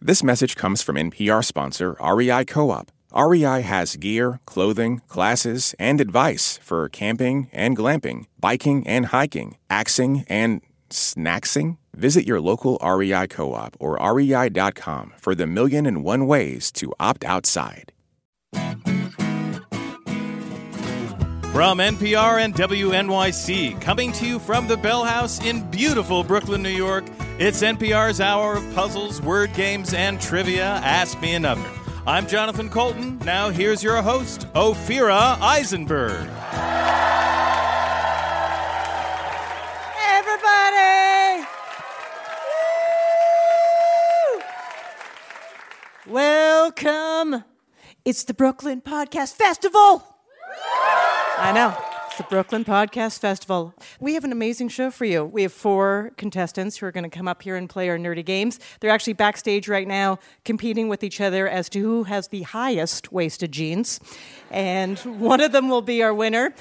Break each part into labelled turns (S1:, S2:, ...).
S1: This message comes from NPR sponsor E REI Co op. REI E has gear, clothing, classes, and advice for camping and glamping, biking and hiking, axing and snacksing. Visit your local REI co op or E rei.com for the million and one ways to opt outside.
S2: From NPR and WNYC, coming to you from the Bell House in beautiful Brooklyn, New York, it's NPR's hour of puzzles, word games, and trivia. Ask me another. I'm Jonathan Colton. Now here's your host, Ophira Eisenberg.
S3: Everybody! Woo! Welcome! It's the Brooklyn Podcast Festival! I know. It's the Brooklyn Podcast Festival. We have an amazing show for you. We have four contestants who are going to come up here and play our nerdy games. They're actually backstage right now competing with each other as to who has the highest waisted jeans. And one of them will be our winner.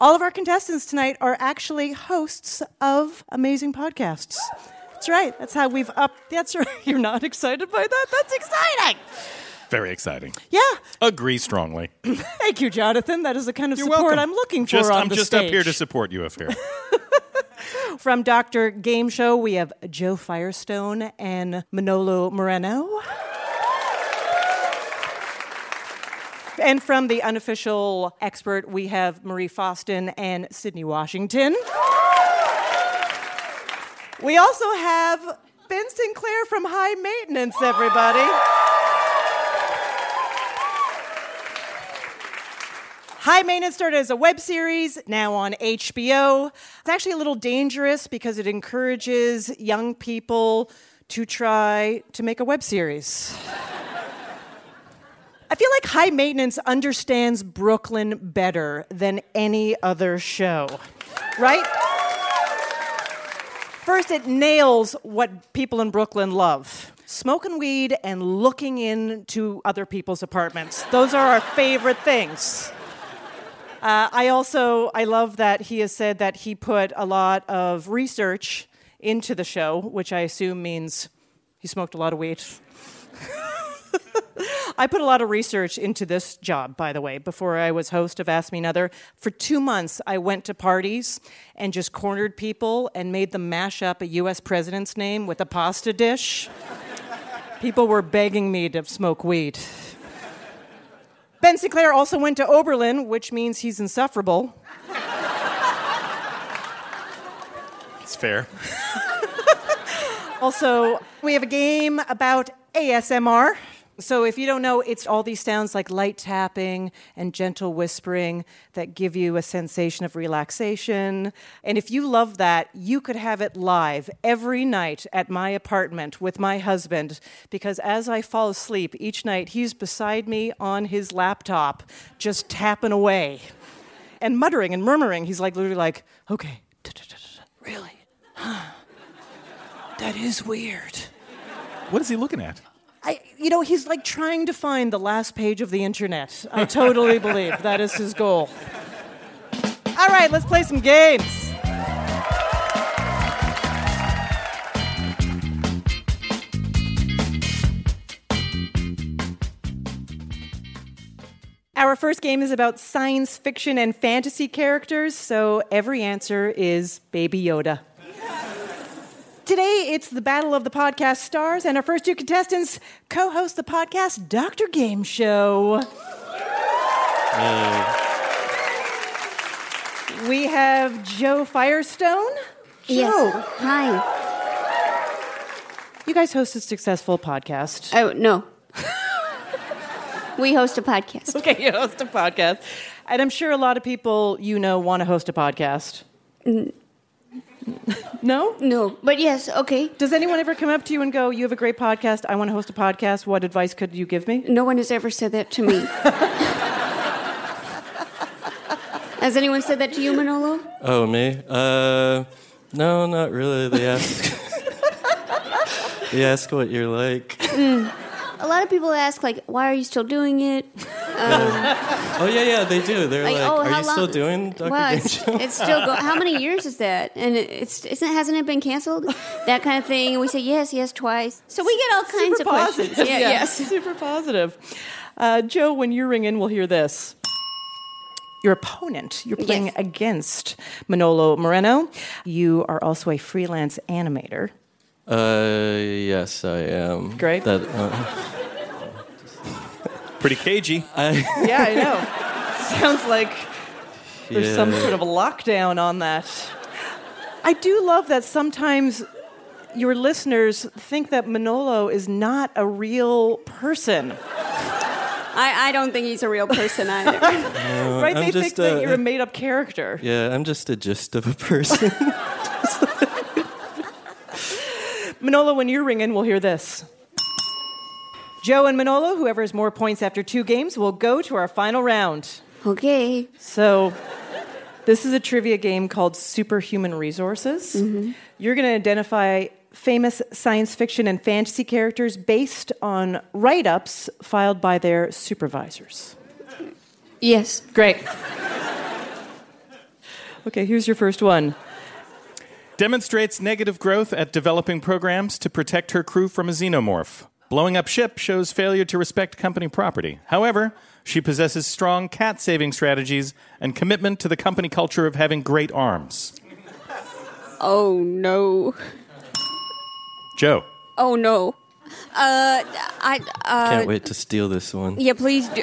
S3: All of our contestants tonight are actually hosts of amazing podcasts. That's right. That's how we've upped. That's right. You're not excited by that? That's exciting.
S2: Very exciting.
S3: Yeah.
S2: Agree strongly.
S3: Thank you, Jonathan. That is the kind of support I'm looking for
S2: Just,
S3: on
S2: I'm
S3: the
S2: just
S3: stage.
S2: up here to support you, Ophira.
S3: From Dr. Game Show, we have Joe Firestone and Manolo Moreno. And from the unofficial expert, we have Marie Faustin and Sydney Washington. We also have Ben Sinclair from High Maintenance, everybody. High Maintenance started as a web series, now on HBO. It's actually a little dangerous because it encourages young people to try to make a web series. I feel like High Maintenance understands Brooklyn better than any other show, right? First, it nails what people in Brooklyn love smoking weed and looking into other people's apartments. Those are our favorite things. Uh, I also I love that he has said that he put a lot of research into the show, which I assume means he smoked a lot of weed. I put a lot of research into this job, by the way. Before I was host of Ask Me Another, for two months I went to parties and just cornered people and made them mash up a U.S. president's name with a pasta dish. people were begging me to smoke weed. Ben Sinclair also went to Oberlin, which means he's insufferable.
S2: it's fair.
S3: Also, we have a game about ASMR. So, if you don't know, it's all these sounds like light tapping and gentle whispering that give you a sensation of relaxation. And if you love that, you could have it live every night at my apartment with my husband, because as I fall asleep each night, he's beside me on his laptop, just tapping away and muttering and murmuring. He's like, literally, like, okay, really? That is weird.
S2: What is he looking at?
S3: I, you know, he's like trying to find the last page of the internet. I totally believe that is his goal. All right, let's play some games. Our first game is about science fiction and fantasy characters, so every answer is Baby Yoda. Today, it's the Battle of the Podcast Stars, and our first two contestants co host the podcast Dr. Game Show. We have Joe Firestone. Joe,
S4: Yes. Hi.
S3: you guys host a successful podcast.
S4: Oh no. we host a podcast.
S3: Okay, you host a podcast. And I'm sure a lot of people you know want to host a podcast. no?
S4: Mm. No, but yes. Okay.
S3: Does anyone ever come up to you and go, You have a great podcast. I want to host a podcast. What advice could you give me?
S4: No one has ever said that to me. has anyone said that to you, Manolo?
S5: Oh, me? Uh, no, not really. They ask. they ask what you're like.
S3: Mm.
S4: A lot of people ask, like, why are you still doing it? Um,
S5: Oh yeah, yeah, they do. They're like,
S4: oh,
S5: are
S4: how
S5: you still
S4: long-
S5: doing Dr.
S4: Well,
S5: Game
S4: it's,
S5: Show?
S4: it's still going. How many years is that? And it- it's isn't hasn't it been canceled? That kind of thing. And we say yes, yes twice. So we get all kinds
S3: Super
S4: of
S3: positive.
S4: questions. Yeah,
S3: Yeah,
S4: yes.
S3: Super positive. Uh, Joe, when you ring in, we'll hear this. Your opponent, you're playing
S4: Yes.
S3: against Manolo Moreno. You are also a freelance animator.
S5: Uh, yes, I am.
S3: Great.
S5: That, uh,
S2: Pretty cagey.
S5: I,
S3: Yeah, I know. Sounds like there's some
S5: Yeah.
S3: sort of a lockdown on that. I do love that sometimes your listeners think that Manolo is not a real person,
S4: I, I don't think he's a real person either.
S3: right?
S5: Uh, I'm
S3: they think
S5: just,
S3: that
S5: uh,
S3: you're a made up character.
S5: yeah, I'm just a gist of a person.
S3: Manolo, when you're ringing, we'll hear this. Joe and Manolo, whoever has more points after two games, will go to our final round.
S4: okay.
S3: So, this is a trivia game called Superhuman Resources.
S4: Mm-hmm.
S3: You're going to identify famous science fiction and fantasy characters based on write ups filed by their supervisors.
S4: Yes.
S3: Great. Okay, here's your first one.
S2: Demonstrates negative growth at developing programs to protect her crew from a xenomorph. Blowing up ship shows failure to respect company property. However, she possesses strong cat saving strategies and commitment to the company culture of having great arms.
S4: Oh no.
S2: Joe.
S4: Oh no. Uh, I uh,
S5: Can't wait to steal this one.
S4: yeah. Please. Do,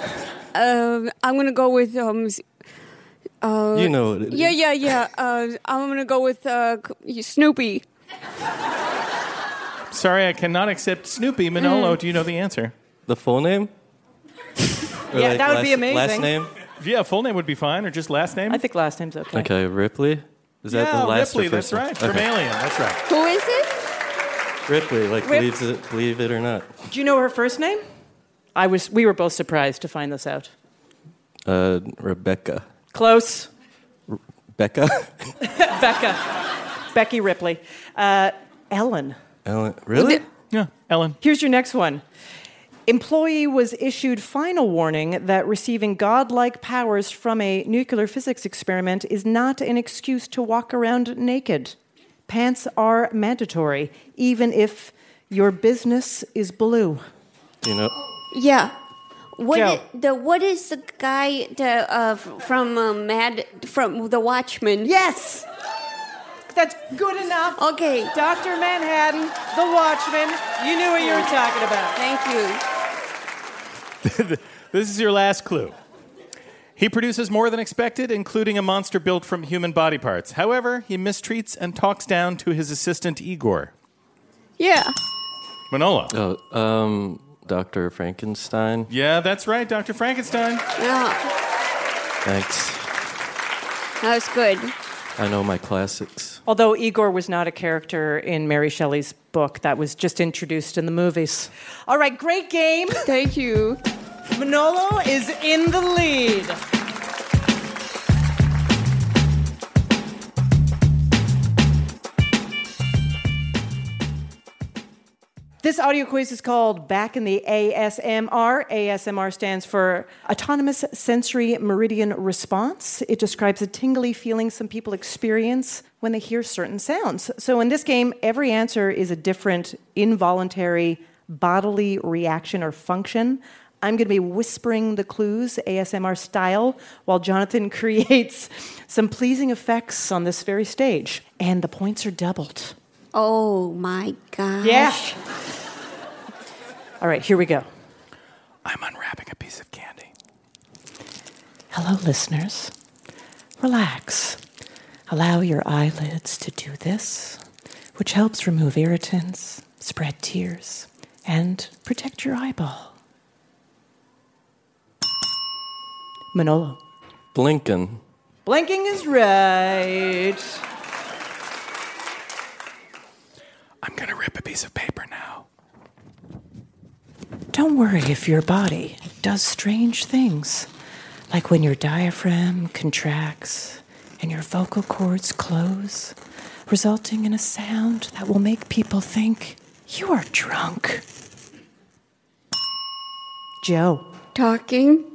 S4: um, I'm gonna go with um. s- uh,
S5: you know what it is.
S4: Yeah, yeah, yeah. Uh, I'm gonna go with uh, c- Snoopy.
S2: Sorry, I cannot accept Snoopy.
S3: Mm.
S2: Manolo, do you know the answer?
S5: The full name? Or,
S3: Yeah, that would
S5: last-
S3: be amazing.
S5: Last name?
S2: Yeah, full name would be fine, or just last name?
S3: I think last name's okay.
S5: Okay, Ripley. Is that
S2: yeah,
S5: the last or
S2: Ripley,
S5: first
S2: that's
S5: name?
S2: right. From
S5: Okay.
S2: Alien, that's right.
S4: Who is it?
S5: Ripley, like
S3: Rip-
S5: believes it, believe it or not.
S3: Do you know her first name? I was, we were both surprised to find this out.
S5: Uh, Rebecca.
S3: Close.
S5: Becca.
S3: Becca. Becky Ripley. Uh, Ellen.
S5: Ellen. Really?
S2: Yeah, Ellen.
S3: Here's your next one. Employee was issued final warning that receiving godlike powers from a nuclear physics experiment is not an excuse to walk around naked. Pants are mandatory, even if your business is blue.
S5: Do you know?
S4: Yeah. What
S3: Joe.
S4: i- the what is the guy the, uh, f- from uh, Mad from The Watchmen?
S3: Yes! That's good enough.
S4: Okay.
S3: Dr. Manhattan, The Watchman, you knew what you were talking about.
S4: Thank you.
S2: This is your last clue. He produces more than expected, including a monster built from human body parts. However, he mistreats and talks down to his assistant Igor.
S4: Yeah.
S2: Manolo.
S5: Oh, um, Dr. Frankenstein.
S2: Yeah, that's right, Dr. Frankenstein.
S4: Yeah.
S5: Thanks.
S4: That was good.
S5: I know my classics.
S3: Although Igor was not a character in Mary Shelley's book, that was just introduced in the movies. All right, great game.
S4: Thank you.
S3: Manolo is in the lead. This audio quiz is called Back in the ASMR. ASMR stands for Autonomous Sensory Meridian Response. It describes a tingly feeling some people experience when they hear certain sounds. So in this game, every answer is a different involuntary bodily reaction or function. I'm going to be whispering the clues ASMR style while Jonathan creates some pleasing effects on this very stage. And the points are doubled.
S4: Oh my gosh.
S3: All right, here we go.
S2: I'm unwrapping a piece of candy.
S3: Hello, listeners. Relax. Allow your eyelids to do this, which helps remove irritants, spread tears, and protect your eyeball. Manolo.
S5: Blinken.
S3: Blinking is right.
S2: I'm gonna rip a piece of paper now.
S3: Don't worry if your body does strange things, like when your diaphragm contracts and your vocal cords close, resulting in a sound that will make people think you are drunk. Joe.
S4: Talking.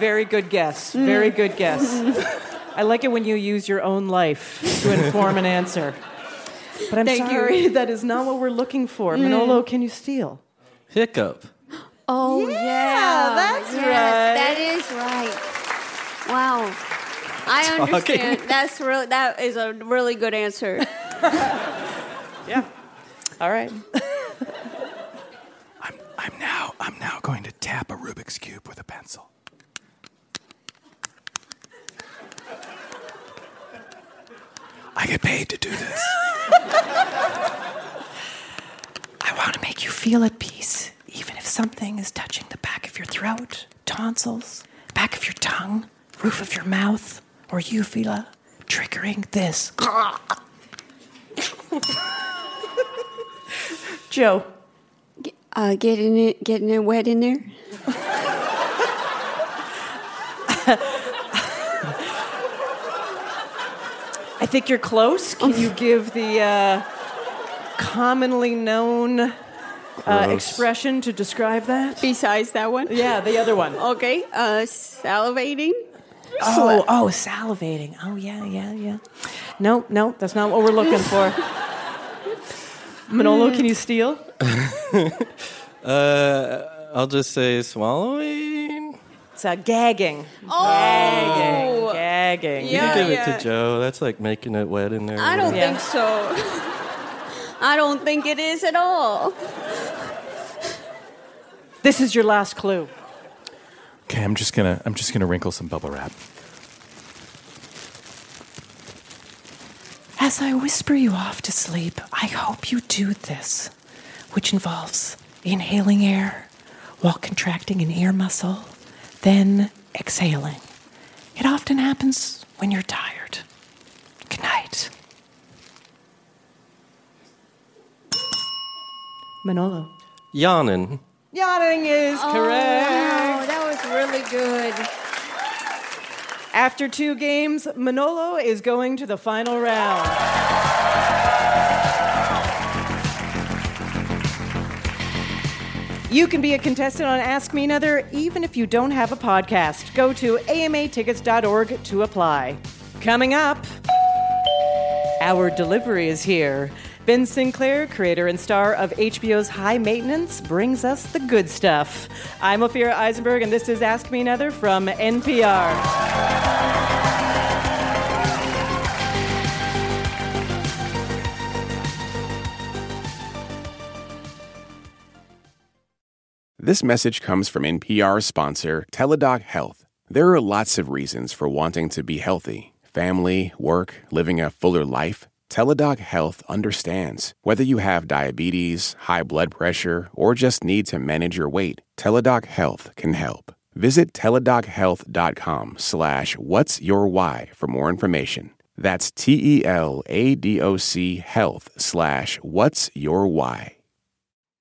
S3: Very good guess. Very good guess. I like it when you use your own life to inform an answer. But I'm
S4: Thank you.
S3: sorry, Mm. that is not what we're looking for. Manolo, can you steal?
S5: Hiccup.
S4: Oh yeah,
S3: that's
S4: yes,
S3: right.
S4: That is right. Wow. I
S5: Talking.
S4: understand. That's really that is a really good answer.
S3: Yeah. All right.
S2: I'm, I'm now I'm now going to tap a Rubik's cube with a pencil. I get paid to do this.
S6: I want to make you feel at peace, even if something is touching the back of your throat, tonsils, back of your tongue, roof of your mouth, or uvula, triggering this.
S3: Joe.
S4: Uh, getting it, getting it wet in there.
S3: I think you're close. Can you give the uh, commonly known uh, expression to describe that?
S4: Besides that one.
S3: Yeah, the other one.
S4: Okay. Uh, salivating.
S6: Oh, oh, salivating. Oh, yeah, yeah, yeah.
S3: No, no, that's not what we're looking for. Manolo, can you steal?
S5: Uh, I'll just say swallowing.
S3: It's uh, gagging.
S4: Oh.
S3: Gagging.
S5: You
S4: Yeah,
S5: can give
S4: yeah.
S5: it to Joe. That's like making it wet in there.
S4: I don't
S3: Yeah.
S4: think so. I don't think it is at all.
S3: This is your last clue.
S2: Okay, I'm just gonna I'm just gonna wrinkle some bubble wrap.
S6: As I whisper you off to sleep, I hope you do this, which involves inhaling air while contracting an ear muscle, then exhaling. It often happens when you're tired. Good night.
S3: Manolo.
S5: Yawning.
S3: Yachting is correct.
S4: Oh, that was really good.
S3: After two games, Manolo is going to the final round. You can be a contestant on Ask Me Another even if you don't have a podcast. Go to amatickets.org to apply. Coming up, our delivery is here. Ben Sinclair, creator and star of HBO's High Maintenance, brings us the good stuff. I'm Ophira Eisenberg, and this is Ask Me Another from NPR.
S1: This message comes from NPR sponsor Teladoc Health. There are lots of reasons for wanting to be healthy family, work, living a fuller life. Teladoc Health understands. Whether you have diabetes, high blood pressure, or just need to manage your weight, Teladoc Health can help. Visit teledochealth.com slash what's your why for more information. That's E T-E-L-A-D-O-C health slash what's your why.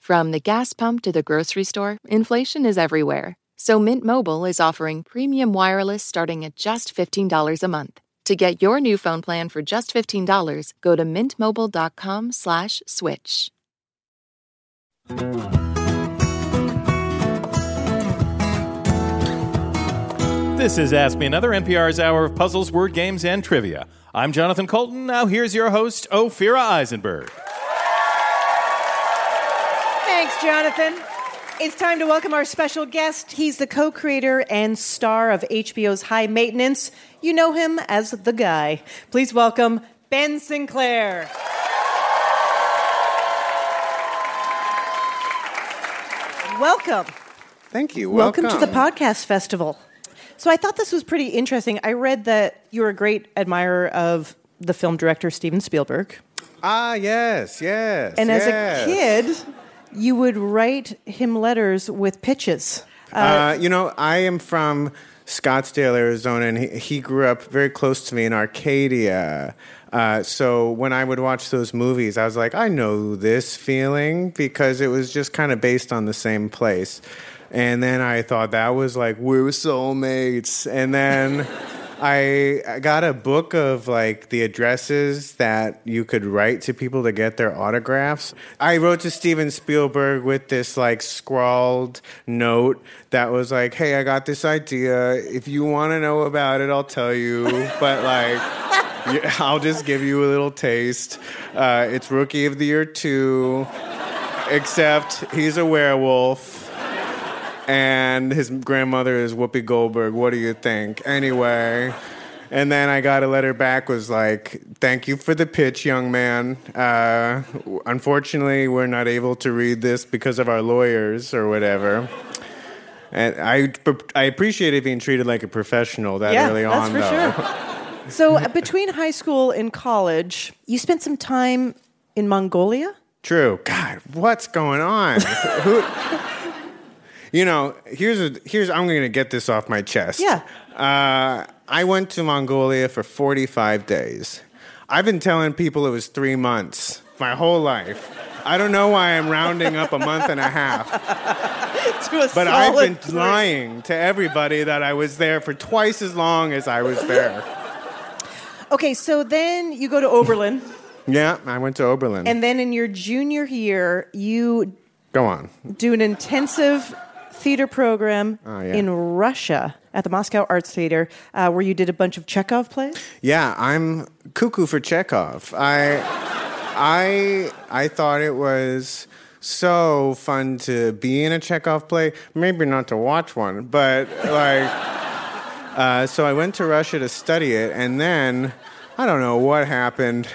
S7: From the gas pump to the grocery store, inflation is everywhere. So Mint Mobile is offering premium wireless starting at just $15 a month. To get your new phone plan for just $15, go to mintmobile.com slash switch.
S2: This is Ask Me Another NPR's hour of puzzles, word games, and trivia. I'm Jonathan Colton. Now here's your host, Ophira Eisenberg.
S3: Thanks, Jonathan. It's time to welcome our special guest. He's the co creator and star of HBO's High Maintenance. You know him as the guy. Please welcome Ben Sinclair. Welcome.
S8: Thank you.
S3: Welcome,
S8: Welcome,
S3: to the podcast festival. So I thought this was pretty interesting. I read that you're a great admirer of the film director Steven Spielberg.
S8: Ah, yes, yes.
S3: And
S8: yes.
S3: as a kid, you would write him letters with pitches.
S8: Uh, you know, I am from Scottsdale, Arizona, and he, he grew up very close to me in Arcadia. Uh, so when I would watch those movies, I was like, I know this feeling because it was just kind of based on the same place. And then I thought that was like, we were soulmates. And then. I I got a book of like the addresses that you could write to people to get their autographs. I wrote to Steven Spielberg with this like scrawled note that was like, "Hey, I got this idea. If you want to know about it, I'll tell you, but like yeah, I'll just give you a little taste. Uh, it's Rookie of the Year 2, except he's a werewolf." and his grandmother is Whoopi Goldberg. What do you think? Anyway, and then I got a letter back was like, "Thank you for the pitch, young man. Uh, unfortunately, we're not able to read this because of our lawyers or whatever." And I, I appreciated being treated like a professional that
S3: yeah,
S8: early
S3: that's
S8: on,
S3: for
S8: though.
S3: sure. so uh, between high school and college, you spent some time in Mongolia.
S8: True. God, what's going on? Who? You know, here's a, here's I'm going to get this off my chest.
S3: Yeah.
S8: Uh, I went to Mongolia for 45 days. I've been telling people it was three months my whole life. I don't know why I'm rounding up a month and a half,
S3: To a
S8: but I've
S3: solid
S8: been
S3: three.
S8: lying to everybody that I was there for twice as long as I was there.
S3: Okay, so then you go to Oberlin,
S8: Yeah, I went to Oberlin.
S3: and then in your junior year, you
S8: Go on.
S3: do an intensive theater program
S8: Oh, yeah.
S3: in Russia at the Moscow Arts Theater, uh, where you did a bunch of Chekhov plays.
S8: Yeah, I'm cuckoo for Chekhov. I, I, I thought it was so fun to be in a Chekhov play. Maybe not to watch one, but like, uh, so I went to Russia to study it, and then I don't know what happened.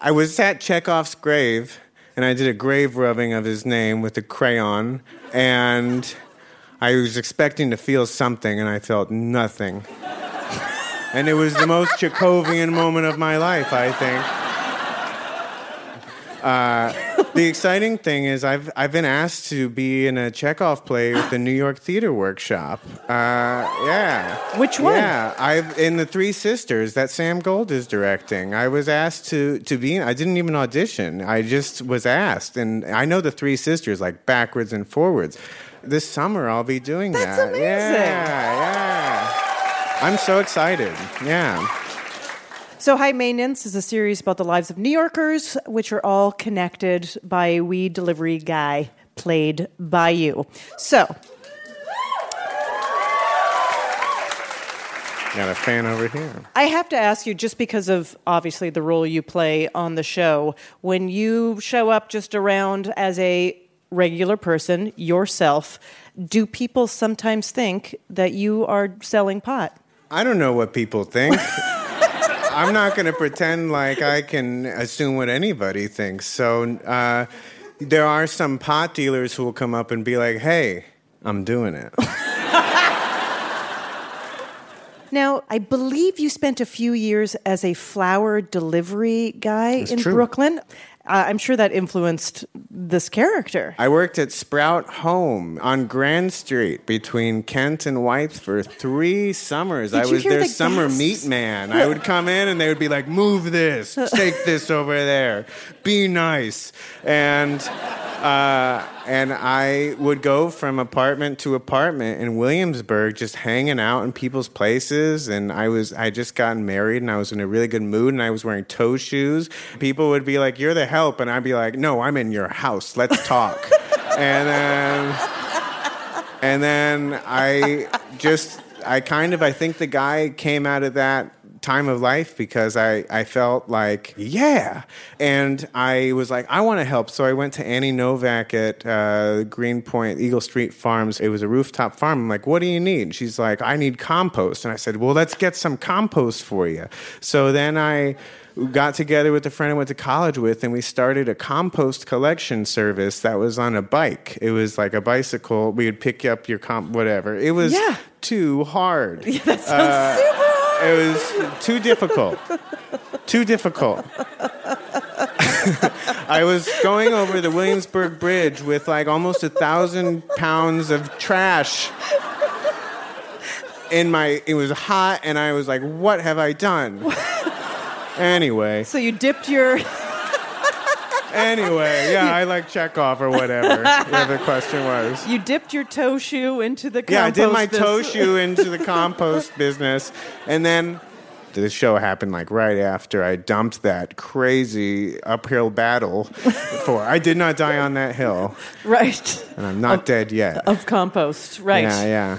S8: I was at Chekhov's grave, and I did a grave rubbing of his name with a crayon, and I was expecting to feel something, and I felt nothing. And it was the most Chekhovian moment of my life, I think. Uh, the exciting thing is, I've, I've been asked to be in a Chekhov play with the New York Theater Workshop. Uh, yeah.
S3: Which one?
S8: Yeah, I've, in The Three Sisters that Sam Gold is directing. I was asked to, to be in, I didn't even audition. I just was asked. And I know The Three Sisters like backwards and forwards. This summer, I'll be doing
S3: That's
S8: that.
S3: amazing.
S8: Yeah, yeah. I'm so excited. Yeah.
S3: So, High Maintenance is a series about the lives of New Yorkers, which are all connected by a weed delivery guy played by you. So,
S8: Got a fan over here.
S3: I have to ask you, just because of obviously the role you play on the show, when you show up just around as a regular person yourself, do people sometimes think that you are selling pot?
S8: I don't know what people think. I'm not going to pretend like I can assume what anybody thinks. So uh, there are some pot dealers who will come up and be like, hey, I'm doing it.
S3: Now, I believe you spent a few years as a flower delivery guy in
S8: true.
S3: Brooklyn. Uh, I'm sure that influenced this character.
S8: I worked at Sprout Home on Grand Street between Kent and Whites for three summers. I
S3: you
S8: was
S3: hear
S8: their
S3: the
S8: summer
S3: gasps?
S8: meat man. I would come in and they would be like, move this, take this over there, be nice. And. Uh, and I would go from apartment to apartment in Williamsburg, just hanging out in people's places. And I was, I had just gotten married and I was in a really good mood and I was wearing toe shoes. People would be like, You're the help. And I'd be like, No, I'm in your house. Let's talk. and then. And then I just, I kind of, I think the guy came out of that time of life because I, I felt like, yeah. And I was like, I want to help. So I went to Annie Novak at uh, Greenpoint Eagle Street Farms. It was a rooftop farm. I'm like, what do you need? She's like, I need compost. And I said, well, let's get some compost for you. So then I got together with a friend I went to college with, and we started a compost collection service that was on a bike. It was like a bicycle. We would pick up your comp, whatever. It was
S3: Yeah.
S8: too hard.
S3: That sounds super hard.
S8: Uh, It was too difficult. too difficult. I was going over the Williamsburg Bridge with like almost a thousand pounds of trash in my it was hot and I was like, what have I done? anyway.
S3: So you dipped your.
S8: Anyway, yeah, I like Chekhov or whatever. whatever the question was.
S3: You dipped your toe shoe into the compost.
S8: Yeah, I did my
S3: bin.
S8: toe shoe into the compost business. And then the show happened like right after I dumped that crazy uphill battle for I did not die on that hill.
S3: Right.
S8: And I'm not dead yet.
S3: Of compost, Oh, right. Um,
S8: Yeah, yeah.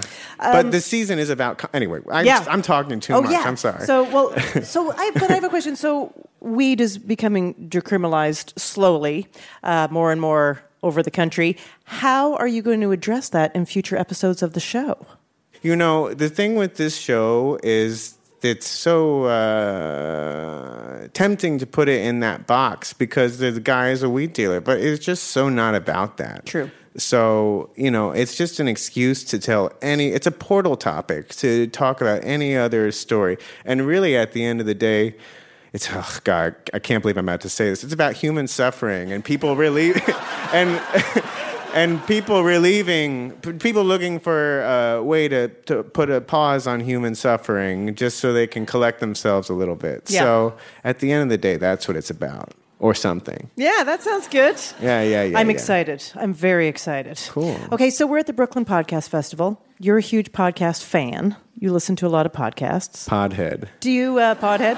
S8: but the season is about. co- Anyway, I'm,
S3: Yeah.
S8: I'm talking too
S3: oh,
S8: much.
S3: Yeah.
S8: I'm sorry.
S3: So, well, so I, but I have a question. So, weed is becoming decriminalized slowly, uh, more and more over the country. How are you going to address that in future episodes of the show?
S8: You know, the thing with this show is it's so uh, tempting to put it in that box because the guy is a weed dealer, but it's just so not about that.
S3: True.
S8: So, you know, it's just an excuse to tell any, it's a portal topic to talk about any other story. And really, at the end of the day, it's, oh God, I can't believe I'm about to say this. It's about human suffering and people really, and, and people relieving p- people looking for a way to, to put a pause on human suffering just so they can collect themselves a little bit
S3: Yeah.
S8: so at the end of the day that's what it's about or something
S3: Yeah, that sounds good.
S8: yeah yeah yeah
S3: I'm
S8: yeah.
S3: excited. I'm very excited.
S8: Cool.
S3: Okay, so we're at the Brooklyn Podcast Festival. You're a huge podcast fan. You listen to a lot of podcasts.
S8: podhead
S3: Do you, uh, Podhead?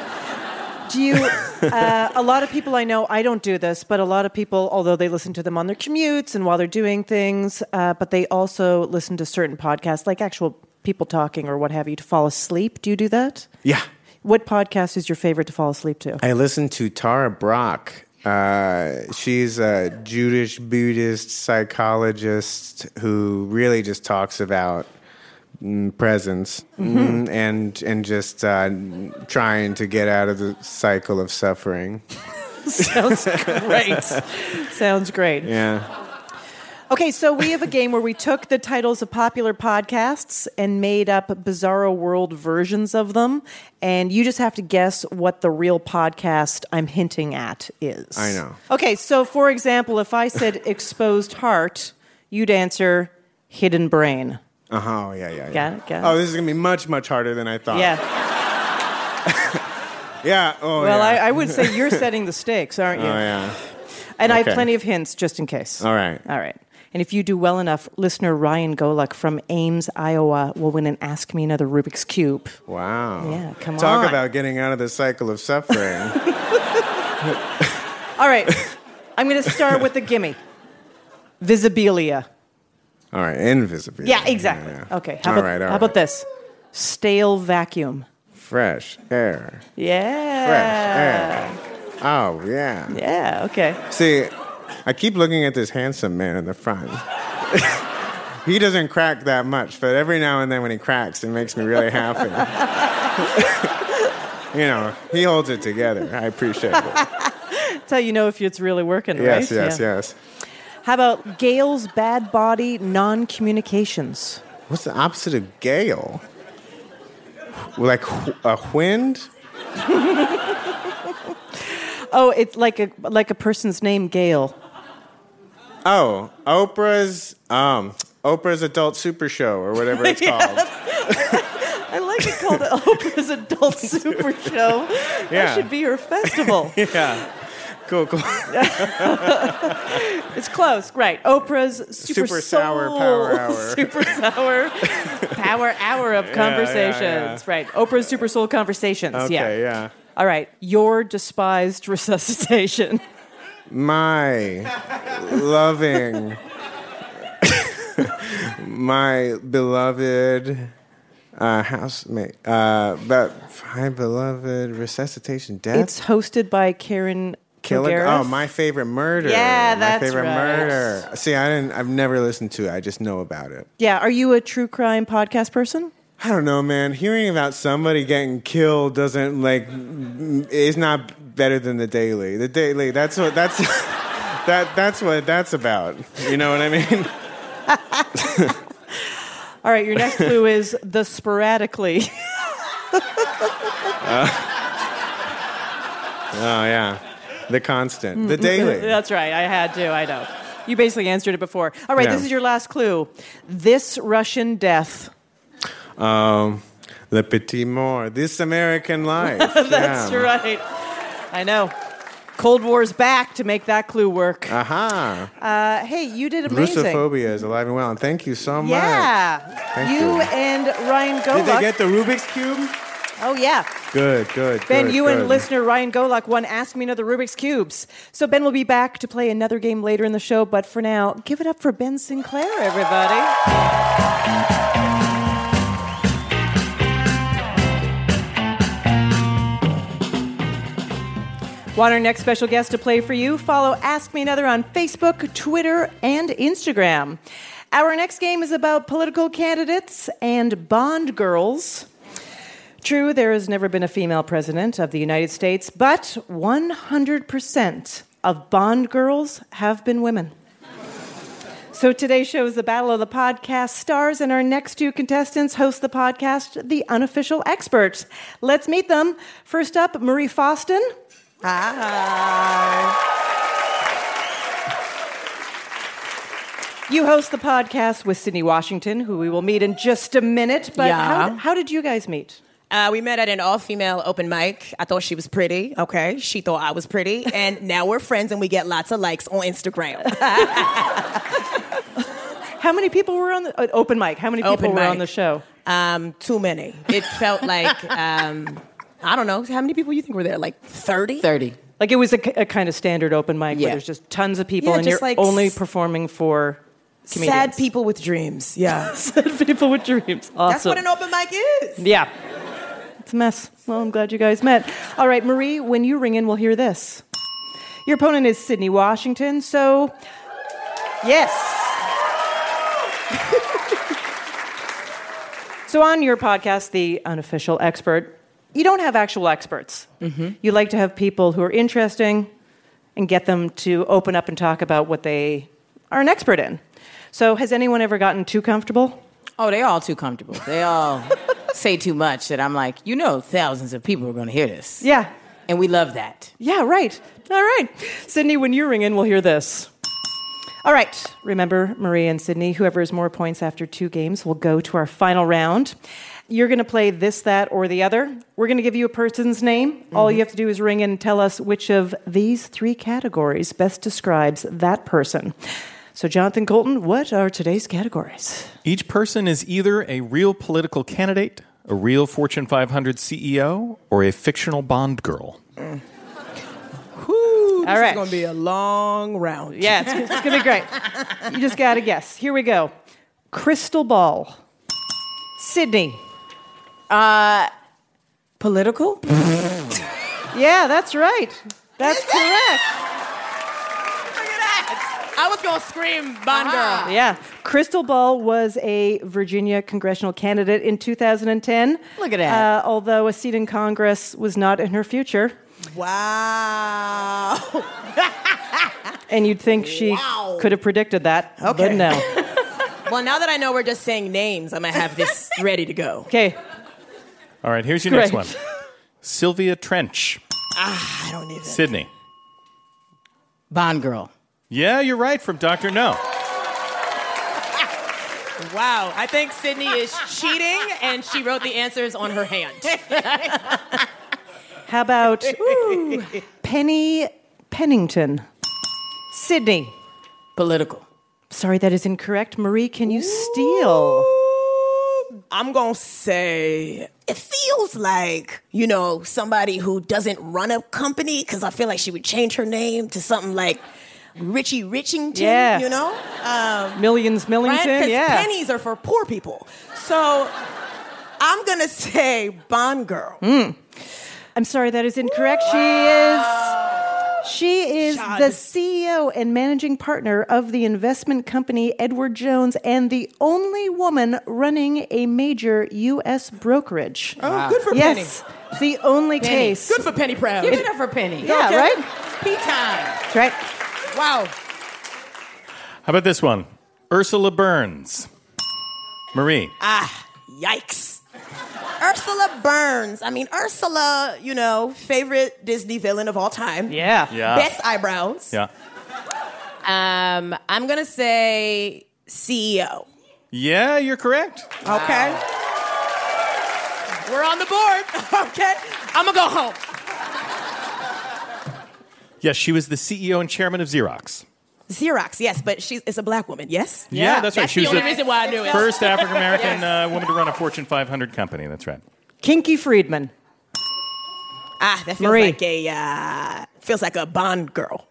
S3: Do you? Uh, a lot of people I know. I don't do this, but a lot of people, although they listen to them on their commutes and while they're doing things, uh, but they also listen to certain podcasts, like actual people talking or what have you, to fall asleep. Do you do that?
S8: yeah
S3: What podcast is your favorite to fall asleep to?
S8: i listened to tara brock uh, she's a Jewish Buddhist psychologist who really just talks about mm, presence
S3: Mm-hmm.
S8: mm, and and just uh, trying to get out of the cycle of suffering.
S3: Sounds great. Sounds great.
S8: Yeah.
S3: Okay, so we have a game where we took the titles of popular podcasts and made up bizarro world versions of them, and you just have to guess what the real podcast I'm hinting at is.
S8: I know.
S3: Okay, so for example, if I said exposed heart, you'd answer hidden brain.
S8: Uh huh. Yeah, yeah, yeah.
S3: Got it, got it.
S8: Oh, this is gonna be much, much harder than I thought.
S3: Yeah.
S8: Yeah. Oh,
S3: Well,
S8: yeah.
S3: I, I would say you're setting the stakes, aren't you?
S8: Oh, yeah.
S3: And I have
S8: Okay.
S3: plenty of hints just in case.
S8: All right.
S3: All right. And if you do well enough, listener Ryan Golick from Ames, Iowa will win an Ask Me Another Rubik's Cube.
S8: Wow.
S3: Yeah, come
S8: Oh. Talk
S3: on.
S8: about getting out of the cycle of suffering.
S3: All right. I'm going to start with the gimme. Visibilia.
S8: all right, invisibility.
S3: Yeah, exactly.
S8: yeah.
S3: Okay. How
S8: All
S3: about,
S8: right, all
S3: how about
S8: right.
S3: this? Stale vacuum.
S8: Fresh air. Fresh
S3: Yeah.
S8: air. Oh yeah.
S3: Yeah, okay.
S8: See, I keep looking at this handsome man in the front. he doesn't crack that much, but every now and then when he cracks, it makes me really happy. you know, he holds it together. I appreciate it.
S3: That's how you know if it's really working,
S8: Yes,
S3: right?
S8: yes,
S3: Yeah.
S8: yes.
S3: How about Gail's bad body non communications?
S8: What's the opposite of gale? Like wh- a wind?
S3: Oh, it's like a like a person's name, Gail.
S8: Oh, Oprah's um, Oprah's Adult Super Show or whatever it's called.
S3: I like it called Oprah's Adult Super Show. That
S8: Yeah.
S3: should be her festival.
S8: Yeah. Cool, cool.
S3: It's close, right? Oprah's Super,
S8: Super Sour
S3: Soul-
S8: Power Hour.
S3: Super Sour Power Hour of Conversations. Right. Oprah's Super Soul Conversations.
S8: Okay,
S3: yeah.
S8: yeah.
S3: All right. Your despised resuscitation.
S8: My loving, my beloved uh, housemate, uh, but my beloved resuscitation death.
S3: It's hosted by Karen
S8: Killing-
S3: Kilgariff.
S8: Oh, my favorite murder.
S3: Yeah, that's
S8: my favorite
S3: right.
S8: murder. See, I didn't. I've never listened to it. I just know about it.
S3: Yeah. Are you a true crime podcast person?
S8: I don't know, man. Hearing about somebody getting killed doesn't like is not better than the daily. The daily. That's what. That's that. That's what that's about. You know what I mean?
S3: All right. Your next clue is the sporadically.
S8: Uh, Oh yeah, the constant, the daily.
S3: Hmm. That's right. I had to. I know. You basically answered it before. All right.
S8: Yeah.
S3: This is your last clue. This Russian death.
S8: Um, Le Petit Mort, This American Life.
S3: That's
S8: yeah.
S3: right. I know. Cold War's back to make that clue work.
S8: Aha.
S3: Uh, hey, you did amazing.
S8: Russophobia is alive and well, and thank you so much.
S3: Yeah.
S8: Thank
S3: you,
S8: you.
S3: and Ryan Golub.
S8: Did they get the Rubik's Cube?
S3: oh, yeah.
S8: Good, good.
S3: Ben,
S8: good,
S3: you
S8: good.
S3: and listener Ryan Golak won Ask Me Another Rubik's Cubes. So Ben will be back to play another game later in the show, but for now, give it up for Ben Sinclair, everybody. Want our next special guest to play for you? Follow Ask Me Another on Facebook, Twitter, and Instagram. Our next game is about political candidates and Bond girls. True, there has never been a female president of the United States, but 100% of Bond girls have been women. So today's show is the Battle of the Podcast Stars, and our next two contestants host the podcast, The Unofficial Experts. Let's meet them. First up, Marie Faustin. Hi. You host the podcast with Sydney Washington, who we will meet in just a minute. But how,
S9: Yeah.
S3: how did you guys meet?
S9: Uh, we met at an all female open mic. I thought she was pretty. Okay. She thought I was pretty. And now we're friends and we get lots of likes on Instagram.
S3: How many people were on the uh, open mic? How many people
S9: Open
S3: were
S9: mic.
S3: on the show?
S9: um, too many. It felt like, um, I don't know, how many people you think were there? Like 30?
S10: 30.
S3: Like it was a, k- a kind of standard open mic
S10: Yeah.
S3: where there's just tons of people
S9: Yeah,
S3: and
S9: just
S3: you're
S9: like
S3: only
S9: s-
S3: performing for comedians.
S9: Sad people with dreams. Yeah.
S3: Sad people with dreams. Awesome.
S9: That's what an open mic is.
S3: yeah. It's a mess. Well, I'm glad you guys met. All right, Marie, when you ring in, we'll hear this. Your opponent is Sydney Washington, so yes. So, on your podcast, The Unofficial Expert, you don't have actual experts.
S6: Mm-hmm.
S3: You like to have people who are interesting and get them to open up and talk about what they are an expert in. So, has anyone ever gotten too comfortable?
S10: Oh, they all too comfortable. They all say too much that I'm like, you know, thousands of people are going to hear this.
S3: Yeah.
S10: And we love that.
S3: Yeah, right. All right. Sydney, when you ring in, we'll hear this. All right. Remember, Marie and Sydney, whoever has more points after two games will go to our final round. You're going to play this, that, or the other. We're going to give you a person's name. All you have to do is ring in and tell us which of these three categories best describes that person. So, Jonathan Colton, what are today's categories?
S2: Each person is either a real political candidate, a real Fortune 500 CEO, E or a fictional Bond girl.
S9: Mm. Whew,
S3: All
S9: This
S3: right.
S9: is going to be a long round.
S3: Yeah, it's, it's gonna be great. You just gotta guess. Here we go. Crystal ball. Sydney.
S10: Uh, Political?
S3: Yeah, that's right. That's correct.
S10: I was going to scream, Bond
S9: Ah.
S10: girl.
S3: Yeah. Crystal Ball was a Virginia congressional candidate in 2010.
S10: Look at that.
S3: Uh, although a seat in Congress was not in her future.
S9: Wow.
S3: And you'd think she
S9: Wow.
S3: could have predicted that. But
S9: Okay.
S3: no.
S9: well, now that I know we're just saying names, I'm going to have this ready to go.
S3: Okay.
S2: All right, here's your next
S3: Great.
S2: one Sylvia Trench,
S9: Ah, I don't need that.
S2: Sydney.
S10: Bond girl.
S2: Yeah, you're right from Dr. No.
S9: Wow. I think Sydney is cheating and she wrote the answers on her hand.
S3: How about ooh, Penny Pennington? Sydney.
S10: Political.
S3: Sorry, that is incorrect. Marie, can you steal?
S9: I'm going to say it feels like, you know, somebody who doesn't run a company because I feel like she would change her name to something like Richie Richington,
S3: Yeah.
S9: you know? Um,
S3: Millions,
S9: right?
S3: Millington,
S9: Because
S3: yeah.
S9: pennies are for poor people. So I'm going to say Bond Girl.
S3: Mm. I'm sorry, that is incorrect. She is. She is the CEO and managing partner of the investment company Edward Jones and the only woman running a major U.S. brokerage.
S9: Oh, good for
S3: yes, it's the only case.
S9: Penny. Good for Penny Proud.
S10: Give it up for Penny.
S3: yeah,
S9: Okay.
S3: right?
S9: P time.
S3: That's right.
S9: Wow.
S2: How about this one? Ursula Burns. Marie.
S9: Ah, Yikes. Ursula Burns. I mean, Ursula, you know, favorite Disney villain of all time.
S3: Yeah.
S2: yeah.
S9: Best eyebrows.
S2: Yeah.
S9: Um, I'm going to say CEO.
S2: Yeah, you're correct.
S9: Okay. We're on the board. Okay. I'm going to go home.
S2: Yes, she was the CEO and chairman of Xerox.
S9: Xerox, yes, but she's it's a black woman, yes?
S2: Yeah, that's right.
S9: That's the only
S2: the
S9: reason why I knew it.
S2: First African American uh, woman to run a Fortune 500 company. That's right.
S3: Kinky Friedman.
S9: Ah, that feels
S3: Marie.
S9: like a uh, feels like a Bond girl.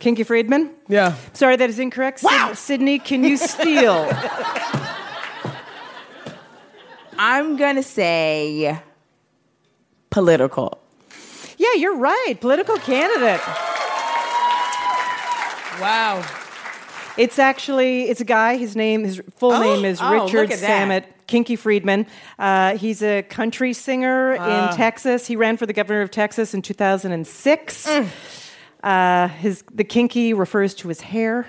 S3: Kinky Friedman?
S9: Yeah.
S3: Sorry, that is incorrect. Wow. Sydney, can you steal?
S10: I'm gonna say political.
S3: yeah, you're right. Political candidate.
S10: Wow.
S3: It's actually it's a guy. His name, his full name is
S10: Oh, look
S3: Richard
S10: at that.
S3: Samet Kinky Friedman. Uh, he's a country singer
S10: Ah.
S3: in Texas. He ran for the governor of Texas in 2006. Uh, his the kinky refers to his hair.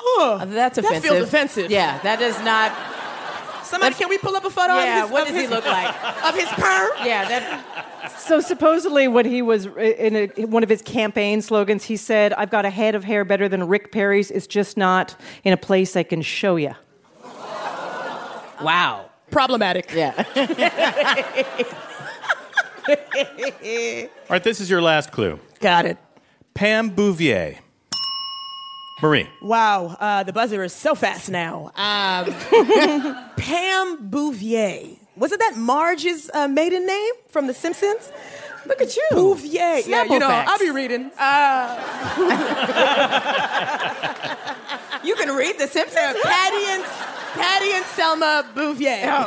S10: Oh, that's offensive.
S9: feels offensive.
S10: Yeah, that does not.
S9: Somebody, can we pull up a photo?
S10: Yeah,
S9: of his,
S10: what
S9: of
S10: does he
S9: his-
S10: look like?
S9: Of his perm?
S10: Yeah, that.
S3: So supposedly, when he was uh, in a, one of his campaign slogans, he said, "I've got a head of hair better than Rick Perry's. It's just not in a place I can show you."
S10: Wow.
S9: Problematic.
S10: Yeah.
S2: All right, this is your last clue.
S9: Got it.
S2: Pam Bouvier. Marie.
S9: Wow, uh, the buzzer is so fast now. Um, Pam Bouvier. Wasn't that Marge's uh, maiden name from The Simpsons? Look at you. Bouvier. yeah, you know,
S10: Snapple
S9: I'll be reading. Uh,
S10: You can read The Simpsons.
S9: Patty, and, Patty and Selma Bouvier.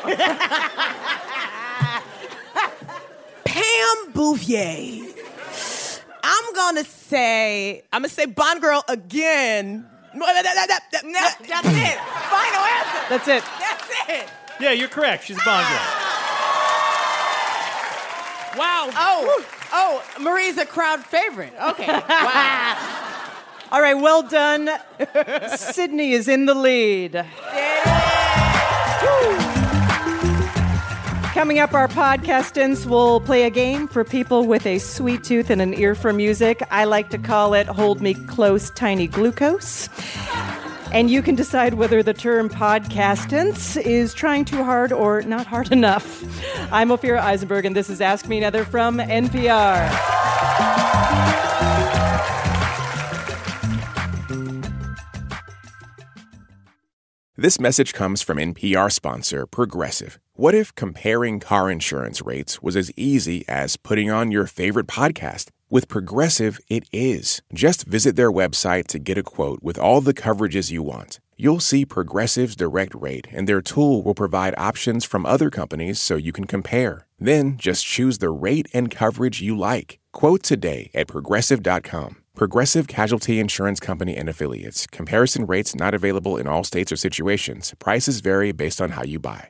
S9: Pam Bouvier. I'm gonna say, I'm gonna say Bond Girl again. No, that- that- that- that- that's it. Final answer.
S3: That's it.
S9: That's it.
S2: Yeah, you're correct. She's a Bond girl.
S9: Wow.
S10: Oh, oh, Marie's a crowd favorite. Okay. Wow.
S3: All right, well done. Sydney is in the lead. Coming up, our podcastants will play a game for people with a sweet tooth and an ear for music. I like to call it Hold Me Close, Tiny Glucose. And you can decide whether the term podcastants is trying too hard or not hard enough. I'm Ophira Eisenberg, and this is Ask Me Another from NPR.
S1: This message comes from NPR sponsor Progressive. What if comparing car insurance rates was as easy as putting on your favorite podcast? With Progressive, it is. Just visit their website to get a quote with all the coverages you want. You'll see Progressive's direct rate, and their tool will provide options from other companies so you can compare. Then just choose the rate and coverage you like. Quote today at progressive.com. Progressive Casualty Insurance Company and Affiliates. Comparison rates not available in all states or situations. Prices vary based on how you buy.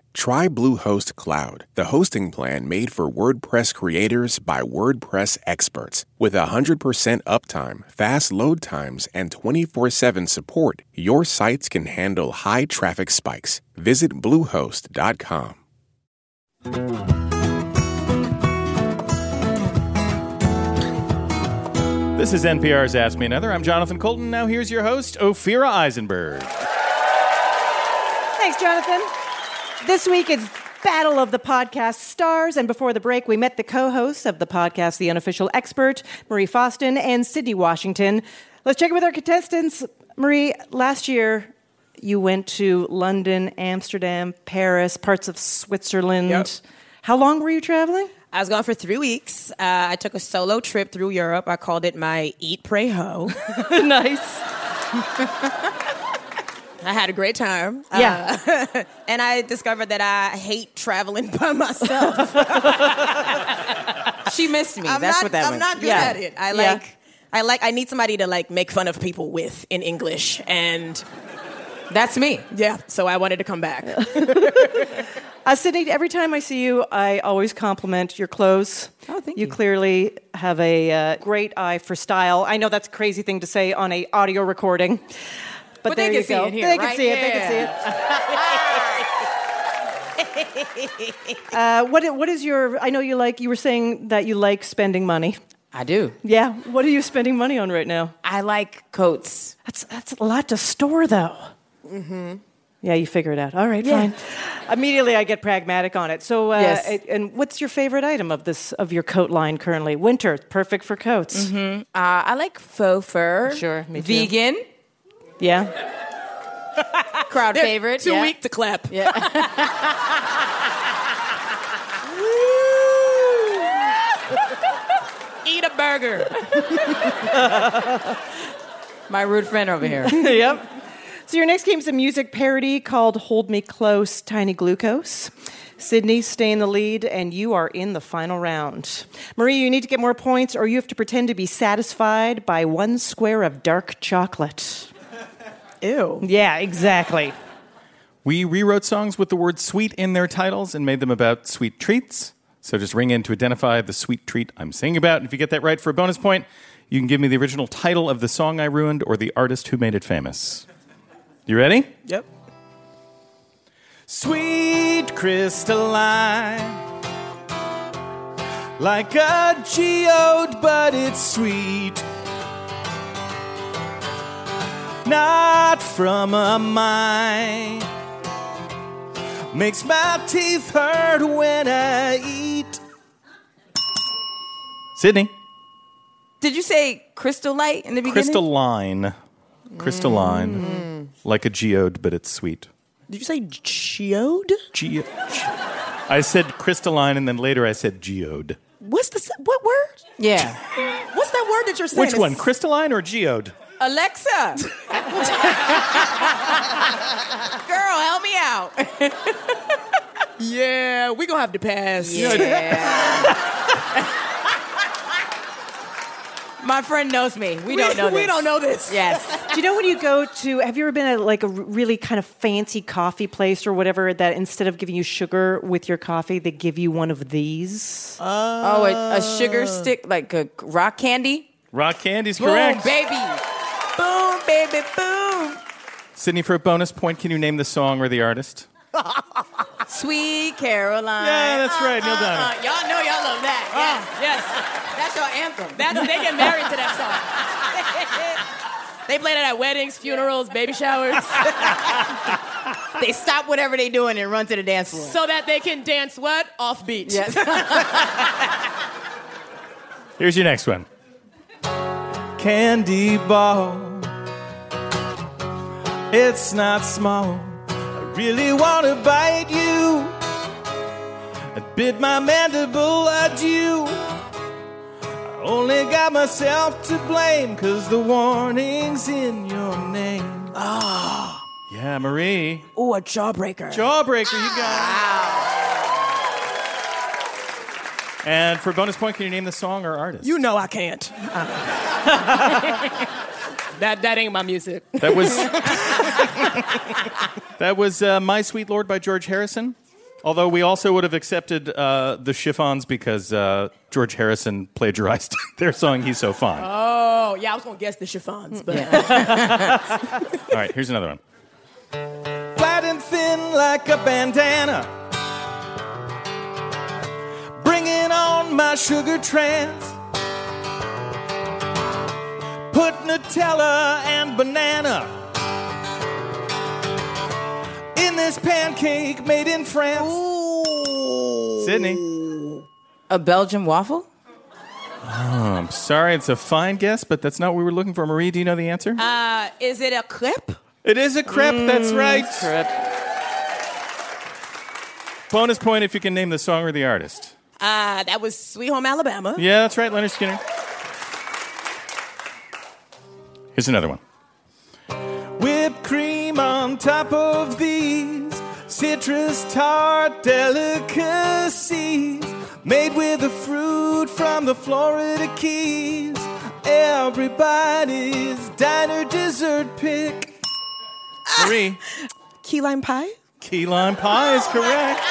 S1: Try Bluehost Cloud, the hosting plan made for WordPress creators by WordPress experts. With 100% uptime, fast load times, and 24 7 support, your sites can handle high traffic spikes. Visit Bluehost.com.
S2: This is NPR's Ask Me Another. I'm Jonathan Colton. Now here's your host, Ophira Eisenberg.
S3: Thanks, Jonathan. This week it's Battle of the Podcast Stars, and before the break, we met the co hosts of the podcast, The Unofficial Expert, Marie Faustin and Sydney Washington. Let's check in with our contestants. Marie, last year you went to London, Amsterdam, Paris, parts of Switzerland. How long were you traveling?
S9: I was gone for three weeks. Uh, I took a solo trip through Europe. I called it my Eat, Pray, Ho.
S3: nice.
S9: I had a great time.
S3: Yeah.
S9: Uh, and I discovered that I hate traveling by myself.
S10: She missed me.
S9: I'm
S10: That's
S9: not,
S10: what that
S9: I'm
S10: was.
S9: not good at it. I
S10: Yeah.
S9: like. I like. I need somebody to like make fun of people with in English, and
S10: That's me.
S9: yeah. So I wanted to come back.
S3: Uh, Sydney, every time I see you, I always compliment your clothes.
S10: Oh, thank
S3: You
S10: you.
S3: clearly have a uh, great eye for style. I know that's a crazy thing to say on a audio recording.
S10: But
S3: But,
S10: they
S3: there
S10: can
S3: you
S10: see
S3: go.
S10: it here,
S3: they
S10: right?
S3: can see it. They can see it. uh, what What is your? I know you like. You were saying that you like spending money.
S10: I do.
S3: Yeah. What are you spending money on right now?
S10: I like coats.
S3: That's that's a lot to store though.
S10: Mm-hmm.
S3: Yeah, you figure it out. All right,
S10: Yeah.
S3: fine. Immediately, I get pragmatic on it. So, uh,
S10: Yes.
S3: it- and what's your favorite item of this of your coat line currently? Winter, perfect for coats.
S10: Mm-hmm. Uh, I like faux fur.
S3: Sure, me too.
S10: Vegan.
S3: Yeah.
S10: Crowd
S9: They're
S10: favorite.
S9: too
S10: yeah.
S9: weak to clap.
S10: Yeah. Eat a burger. My rude friend over here.
S3: yep. So your next game's a music parody called "Hold Me Close, Tiny Glucose." Sydney, stay in the lead, and you are in the final round. Marie, you need to get more points, or you have to pretend to be satisfied by one square of dark chocolate. Ew. Yeah, exactly.
S2: We rewrote songs with the word sweet in their titles and made them about sweet treats. So just ring in to identify the sweet treat I'm singing about. And if you get that right for a bonus point, you can give me the original title of the song I ruined or the artist who made it famous. You ready?
S9: Yep.
S2: Sweet crystalline, like a geode, but it's sweet. Not from a mine, makes my teeth hurt when I eat. Sydney,
S10: Did you say crystal light in the beginning? Mm.
S2: crystalline,
S9: Mm.
S2: crystalline, like a geode, but it's sweet.
S9: Did you say geode?
S2: Ge- I said crystalline, and then later I said geode.
S9: What's the s- what word?
S10: Yeah.
S9: What's that word that you're saying?
S2: Which one, crystalline or geode?
S10: Alexa. Girl, help me out.
S9: Yeah, we gonna have to pass.
S10: My friend knows me. We, don't know this.
S9: We don't know this.
S10: Yes.
S3: Do you know when you go to? Have you ever been at like a r- really kind of fancy coffee place or whatever that instead of giving you sugar with your coffee, they give you one of these?
S10: Oh, a, a sugar stick, like a rock candy?
S2: Rock candy's
S10: Boom,
S2: correct.
S10: baby. Boom, baby, boom.
S2: Sydney, for a bonus point, can you name the song or the artist?
S10: Sweet Caroline. Uh-uh.
S2: Yeah, that's right, Neil Diamond.
S10: Y'all know y'all love that. Yes, yes. Oh. That's your anthem.
S9: That's they get married to that song. they play that at weddings, funerals, baby showers,
S10: they stop whatever they're doing and run to the dance floor.
S9: so that they can dance what offbeat.
S10: Yes.
S2: Here's your next one. Candy ball. It's not small. I really want to bite you. I bit my mandible at you. I only got myself to blame because the warning's in your name.
S9: Ah,
S2: Yeah, Marie.
S9: oh, a jawbreaker.
S2: Jawbreaker, you got it. And for bonus point, can you name the song or artist?
S9: you know I can't. that that ain't my music.
S2: That was that was uh, "My Sweet Lord" by George Harrison. Although we also would have accepted uh, the chiffons because uh, George Harrison plagiarized their song "He's So Fine."
S9: Oh, yeah, I was gonna guess the chiffons, but
S2: All right, here's another one. Flat and thin like a bandana. Bringing on my sugar trance. Put Nutella and banana in this pancake made in France. Sydney.
S10: a Belgian waffle?
S2: Oh, I'm sorry, it's a fine guess, but that's not what we were looking for. Marie, do you know the answer?
S10: Uh, is it a clip?
S2: It is a crepe, that's right. Bonus point if you can name the song or the artist.
S9: uh, that was Sweet Home Alabama.
S2: Yeah, that's right, Leonard Skinner. Here's another one. Whipped cream on top of these citrus tart delicacies made with the fruit from the Florida Keys. Everybody's diner dessert pick. Marie.
S9: Key lime pie.
S2: Key lime pie is correct.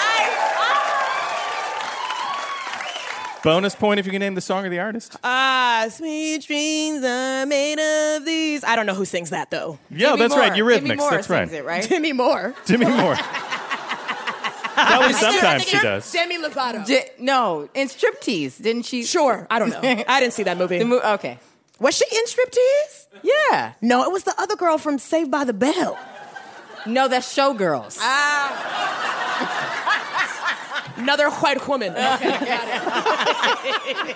S2: Bonus point if you can name the song or the artist.
S9: Ah, sweet dreams are made of these. I don't know who sings that though.
S2: Yeah, Demi that's Moore. right, Eurythmics, Demi Moore that's right.
S9: sings
S2: sings it,
S9: right? Demi Moore.
S2: Demi Moore. Probably sometimes she does.
S9: Demi Lovato.
S10: Di- no, in striptease, didn't she?
S9: Sure, I don't know. I didn't see that movie.
S10: The mo- okay.
S9: Was she in striptease?
S10: Yeah.
S9: No, it was the other girl from Saved by the Bell.
S10: No, that's Showgirls.
S9: Another white woman.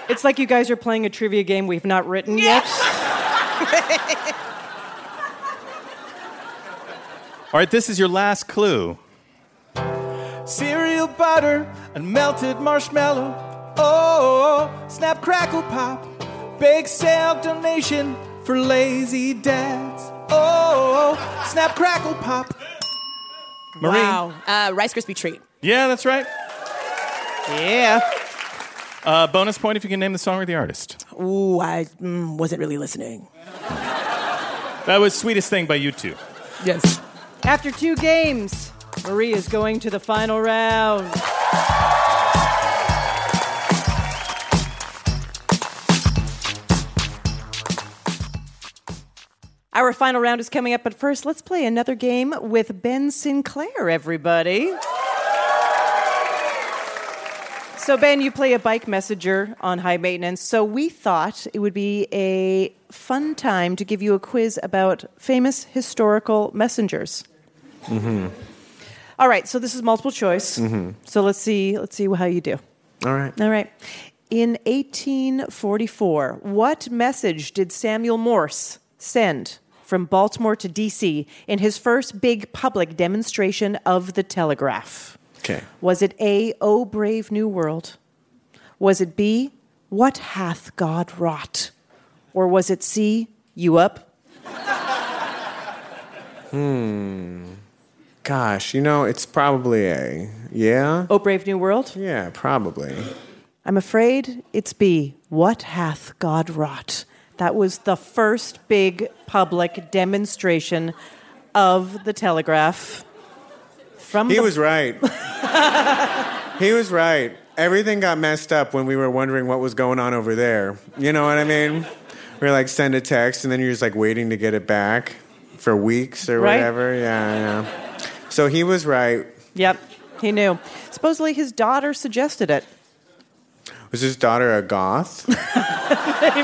S3: It's like you guys are playing a trivia game we've not written yet.
S2: All right, this is your last clue. Cereal butter and melted marshmallow. Oh, snap crackle pop. Bake sale donation for lazy dads. Oh, snap crackle pop. Marie.
S9: Wow. Uh, Rice Krispie treat.
S2: Yeah, that's right.
S3: yeah.
S2: Uh, bonus point if you can name the song or the artist.
S9: Ooh, I mm, wasn't really listening.
S2: That was sweetest thing by you two.
S9: Yes.
S3: After two games, Marie is going to the final round. Our final round is coming up, but first, let's play another game with Ben Sinclair, everybody. So, Ben, you play a bike messenger on high maintenance. So, we thought it would be a fun time to give you a quiz about famous historical messengers.
S8: Mm-hmm.
S3: All right, so this is multiple choice. So let's see, let's see how you do.
S8: All right.
S3: All right. In 1844, what message did Samuel Morse send from Baltimore to DC in his first big public demonstration of the telegraph?
S8: Okay.
S3: Was it A, O brave new world? Was it B, what hath God wrought? Or was it C, you up?
S8: Hmm. Gosh, you know, it's probably a. Yeah?
S3: O Oh, brave new world?
S8: Yeah, probably.
S3: I'm afraid it's B. What hath God wrought? That was the first big public demonstration of the telegraph. From
S8: He
S3: the,
S8: was right. he was right. Everything got messed up when we were wondering what was going on over there. You know what I mean? We are like, send a text, and then you're just like waiting to get it back for weeks or
S3: Right.
S8: whatever. Yeah, yeah. So he was right.
S3: Yep, he knew. Supposedly his daughter suggested it.
S8: Was his daughter a goth?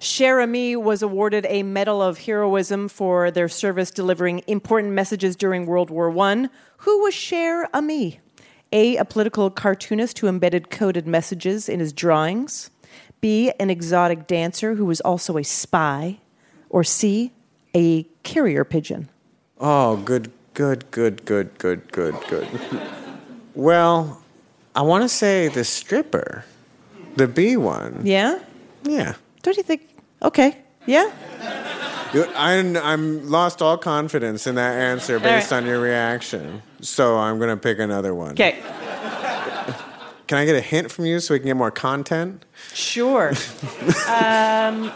S3: Cher Ami was awarded a Medal of Heroism for their service delivering important messages during World War I. Who was Cher Ami? A, a political cartoonist who embedded coded messages in his drawings. B, an exotic dancer who was also a spy. Or C, a carrier pigeon.
S8: Oh, good, good, good, good, good, good, good. well, I want to say the stripper, the B one.
S3: Yeah?
S8: Yeah.
S3: Don't you think? Okay. Yeah?
S8: You- I'm, I'm lost all confidence in that answer based on your reaction. So I'm going to pick another one.
S3: Okay.
S8: Can I get a hint from you so we can get more content?
S3: Sure. um,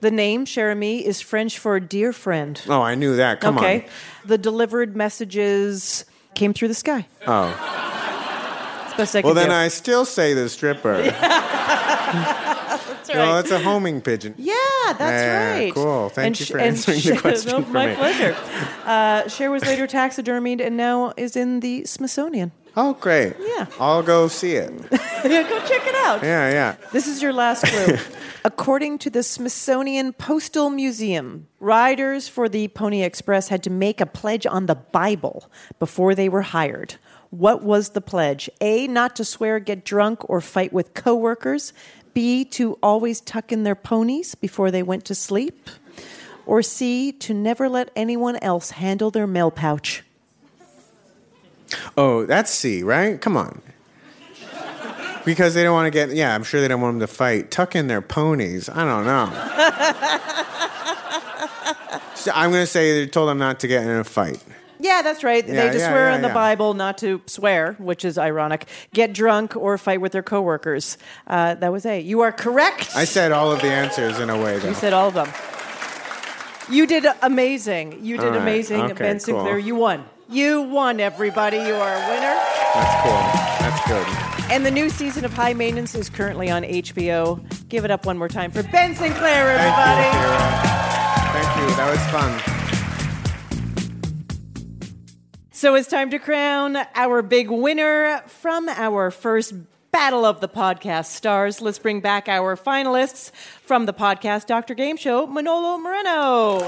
S3: the name Cher Ami is French for dear friend.
S8: Oh, I knew that. Come
S3: okay. The delivered messages came through the sky.
S8: on. Oh.
S3: That's the best I
S8: Well,
S3: could
S8: then
S3: do.
S8: I still say the stripper. that's No, it's a homing pigeon.
S3: Yeah, that's
S8: Yeah,
S3: right.
S8: cool. Thank you
S3: Sh-
S8: for answering the
S3: Cher-
S8: question
S3: no,
S8: for
S3: my
S8: me.
S3: pleasure. Uh, Cher was later taxidermied and now is in the Smithsonian.
S8: Oh, great.
S3: Yeah.
S8: I'll go see it.
S3: Go check it out.
S8: Yeah, yeah.
S3: This is your last clue. According to the Smithsonian Postal Museum, riders for the Pony Express had to make a pledge on the Bible before they were hired. What was the pledge? A, not to swear, get drunk, or fight with coworkers. B, to always tuck in their ponies before they went to sleep. Or C, to never let anyone else handle their mail pouch.
S8: Oh, that's C, right? Come on. Because they don't want to get, yeah, I'm sure they don't want them to fight. Tuck in their ponies. I don't know. so I'm going to say they told them not to get in a fight.
S3: Yeah, that's right.
S8: Yeah,
S3: they just
S8: yeah,
S3: swear
S8: yeah,
S3: in the
S8: yeah.
S3: Bible not to swear, which is ironic. Get drunk or fight with their coworkers. Uh, that was A. You are correct.
S8: I said all of the answers in a way, though.
S3: you said all of them. You did amazing. You did
S8: All right.
S3: amazing,
S8: Okay,
S3: Ben Sinclair.
S8: cool.
S3: You won. You won, everybody. You are a winner.
S8: That's cool. Jordan.
S3: And the new season of High Maintenance is currently on HBO. Give it up one more time for Ben Sinclair, everybody.
S8: Thank you. That was fun.
S3: So it's time to crown our big winner from our first Battle of the Podcast Stars. Let's bring back our finalists from the podcast Dr. Game Show, Manolo Moreno.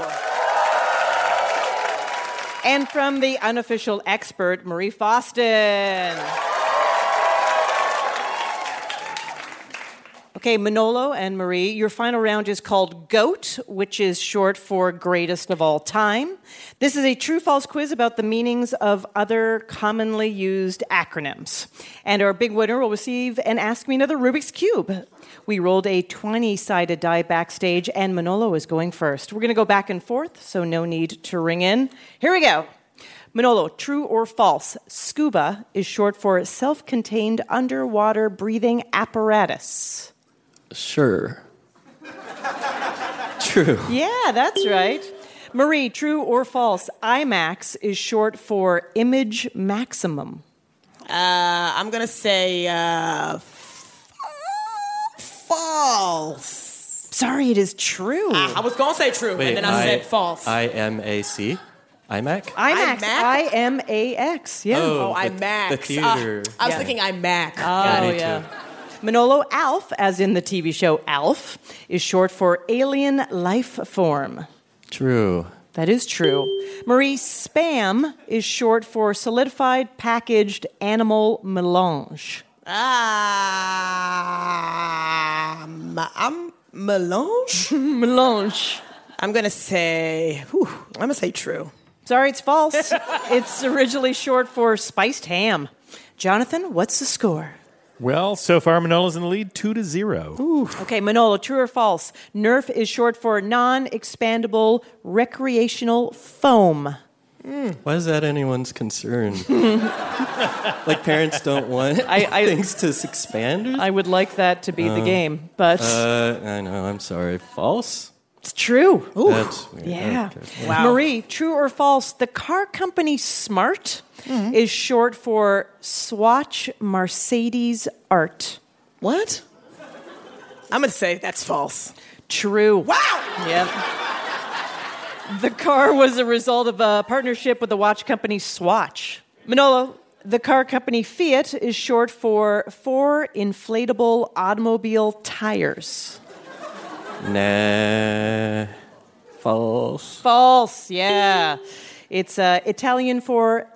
S3: And from the unofficial expert, Marie Faustin. Okay, Manolo and Marie, your final round is called GOAT, which is short for greatest of all time. This is a true false quiz about the meanings of other commonly used acronyms. And our big winner will receive an Ask Me Another Rubik's Cube. We rolled a 20 sided die backstage, and Manolo is going first. We're going to go back and forth, so no need to ring in. Here we go. Manolo, true or false? Scuba is short for self contained underwater breathing apparatus.
S5: Sure. True.
S3: Yeah, that's right. Marie, true or false? IMAX is short for image maximum.
S9: Uh, I'm gonna say uh, f- false. Ah,
S3: Sorry, it is true.
S9: I was gonna say true, and then I, said false.
S5: I M A C. iMac.
S3: IMAX.
S9: IMAX?
S3: I M A X. Yeah.
S5: Oh,
S9: I
S5: the-
S9: max.
S5: The theater.
S9: Ah, I was
S3: Yeah.
S9: thinking I mac.
S5: Yeah, me
S3: Oh,
S5: too.
S3: yeah. Manolo Alf, as in the TV show Alf, is short for alien life form.
S5: True.
S3: That is true. Marie, SPAM is short for solidified packaged animal melange.
S9: Um, I'm melange.
S3: Melange.
S9: I'm gonna say. whew, I'm gonna say true.
S3: Sorry, it's false. it's originally short for spiced ham. Jonathan, what's the score?
S2: Well, so far Manolo's in the lead, two to zero.
S3: Okay, Manolo, true or false? Nerf is short for non expandable recreational foam.
S5: Why is that anyone's concern? like parents don't want
S3: I-
S5: things to expand. or-
S3: I would like that to be the game, but
S5: Uh, I know. I'm sorry. False.
S3: it's true.
S5: That's weird.
S3: Yeah.
S5: Okay.
S3: Marie, true or false? The car company SMART
S5: Mm-hmm.
S3: is short for Swatch Mercedes Art.
S9: What? I'm gonna say that's false.
S3: True.
S9: Wow.
S3: Yep. The car was a result of a partnership with the watch company Swatch. Manolo, the car company Fiat is short for four inflatable automobile tires.
S5: Oh. Nah. False.
S3: False, yeah. It's uh, Italian for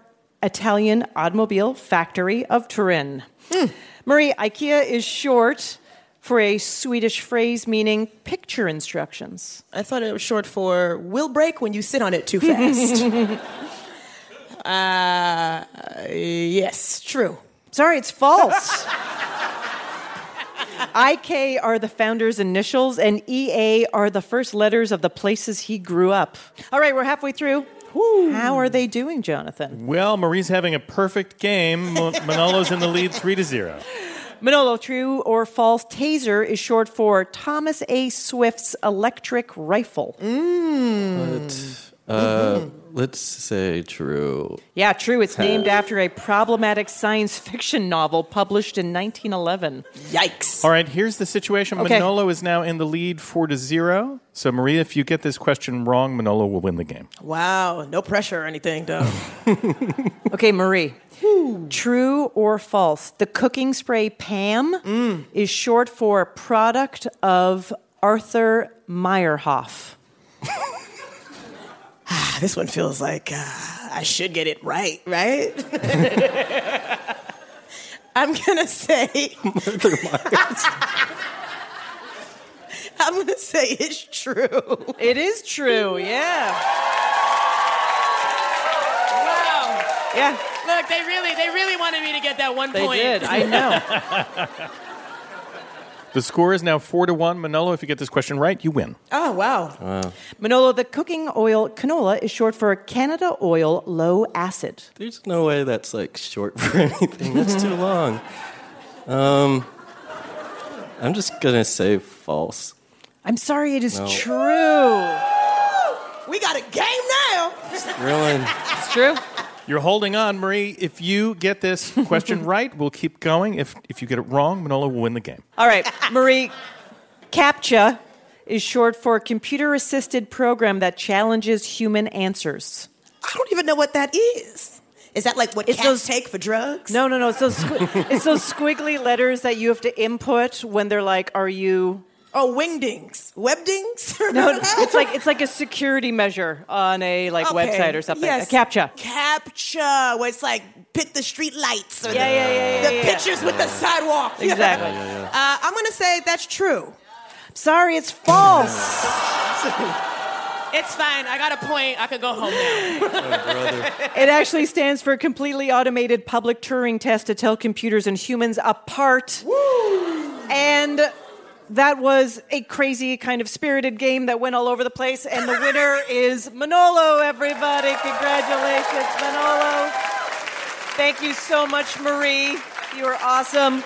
S3: Italian Automobile Factory of Turin.
S9: Hmm.
S3: Marie, IKEA is short for a Swedish phrase meaning picture instructions.
S9: I thought it was short for will break when you sit on it too fast. uh, yes, true.
S3: Sorry, it's false. IK are the founder's initials, and EA are the first letters of the places he grew up. All right, we're halfway through. How are they doing, Jonathan?
S2: Well, Marie's having a perfect game. Mo- Manolo's in the lead, three to zero.
S3: Manolo, true or false? Taser is short for Thomas A. Swift's electric rifle.
S5: But, uh,
S3: Mm-hmm.
S5: Let's say true.
S3: Yeah, true. It's named after a problematic science fiction novel published in 1911.
S9: Yikes.
S2: All right, here's the situation.
S3: Okay.
S2: Manolo is now in the lead, four to zero. So, Marie, if you get this question wrong, Manolo will win the game.
S9: Wow. No pressure or anything, though.
S3: Okay, Marie. True or false? The cooking spray PAM
S9: Mm.
S3: is short for product of Arthur Meyerhoff.
S9: Ah, this one feels like uh, I should get it right, right? I'm gonna say. I'm gonna say it's true.
S3: It is true, yeah.
S10: Wow.
S3: Yeah,
S10: Look, they really, they really wanted me to get that one
S3: they did. I know.
S2: The score is now four to one. Manolo, if you get this question right, you win.
S9: Oh wow.
S3: Manolo, the cooking oil canola is short for Canada Oil Low Acid.
S5: There's no way that's like short for anything. That's too long. Um, I'm just gonna say false.
S3: I'm sorry, it is
S5: No.
S3: true.
S9: We got a game now.
S5: Ruin.
S3: It's true.
S2: You're holding on, Marie. If you get this question right, we'll keep going. If if you get it wrong, Manola will win the game.
S3: All right, Marie, CAPTCHA is short for Computer Assisted Program that Challenges Human Answers.
S9: I don't even know what that is. Is that like what
S3: It's
S9: cats
S3: those-
S9: take for drugs?
S3: No, no, no. It's those, squi- it's those squiggly letters that you have to input when they're like, "Are you?"
S9: Oh, wingdings, webdings.
S3: No, it's like it's like a security measure on a like
S9: Okay.
S3: website or something.
S9: Yes.
S3: A captcha.
S9: Captcha, where it's like pick the street lights or
S3: Yeah,
S9: the,
S3: yeah, yeah, yeah,
S9: the
S3: yeah.
S9: pictures with the sidewalk.
S3: Exactly.
S9: Uh, I'm gonna say that's true.
S3: Sorry, it's false.
S10: It's fine. I got a point. I could go home now.
S3: it actually stands for completely automated public Turing test to tell computers and humans apart. And that was a crazy kind of spirited game that went all over the place. And the winner is Manolo. Everybody, congratulations, Manolo. Thank you so much, Marie. You are awesome.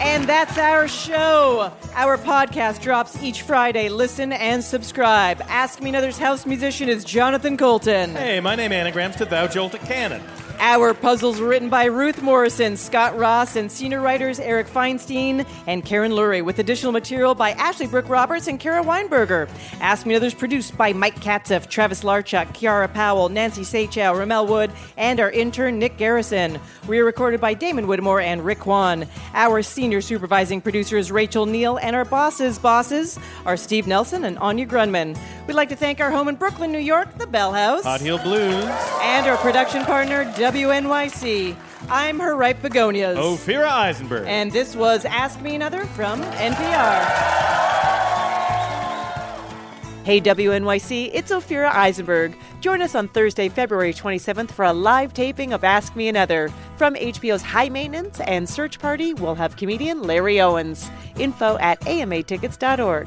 S3: And that's our show. Our podcast drops each Friday. Listen and subscribe. Ask Me Another's house musician is Jonathan Colton.
S2: Hey, my name anagrams to Thou Jolt at Cannon.
S3: Our puzzles written by Ruth Morrison, Scott Ross, and senior writers Eric Feinstein and Karen Lurie, with additional material by Ashley Brooke Roberts and Kara Weinberger. Ask Me Another's produced by Mike Katzeff, Travis Larchuk, Kiara Powell, Nancy Seychow, Ramel Wood, and our intern Nick Garrison. We are recorded by Damon Whittemore and Rick Kwan. Our senior supervising producer is Rachel Neal, and our bosses' bosses are Steve Nelson and Anya Grunman. We'd like to thank our home in Brooklyn, New York, the Bell House
S2: Hot Heel Blues.
S3: and our production partner, WNYC. I'm her ripe begonias.
S2: Ophira Eisenberg.
S3: And this was Ask Me Another from NPR. Hey WNYC, it's Ophira Eisenberg. Join us on Thursday, February 27th for a live taping of Ask Me Another. From HBO's High Maintenance and Search Party, we'll have comedian Larry Owens. Info at amatickets.org.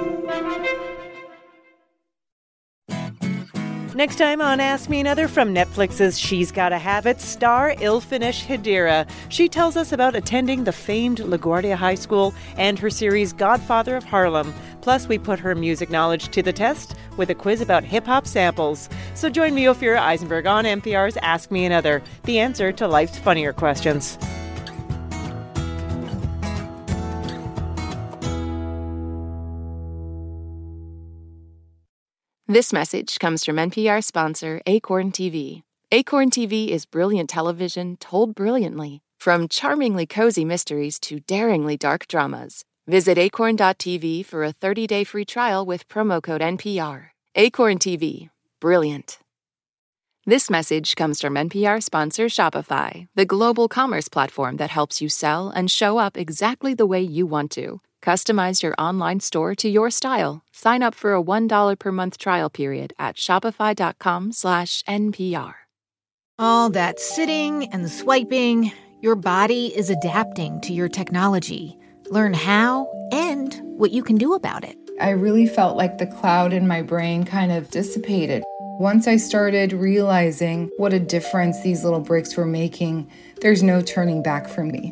S3: Next time on Ask Me Another from Netflix's She's Gotta Have It star Ilfinish Hadira. She tells us about attending the famed LaGuardia High School and her series Godfather of Harlem. Plus, we put her music knowledge to the test with a quiz about hip hop samples. So join me, Ophira Eisenberg, on NPR's Ask Me Another, the answer to life's funnier questions.
S7: This message comes from NPR sponsor Acorn TV. Acorn TV is brilliant television told brilliantly, from charmingly cozy mysteries to daringly dark dramas. Visit acorn.tv for a 30 day free trial with promo code NPR. Acorn TV, brilliant. This message comes from NPR sponsor Shopify, the global commerce platform that helps you sell and show up exactly the way you want to. Customize your online store to your style. Sign up for a $1 per month trial period at shopify.com/npr. slash NPR.
S11: All that sitting and swiping, your body is adapting to your technology. Learn how and what you can do about it.
S12: I really felt like the cloud in my brain kind of dissipated. Once I started realizing what a difference these little breaks were making, there's no turning back for me.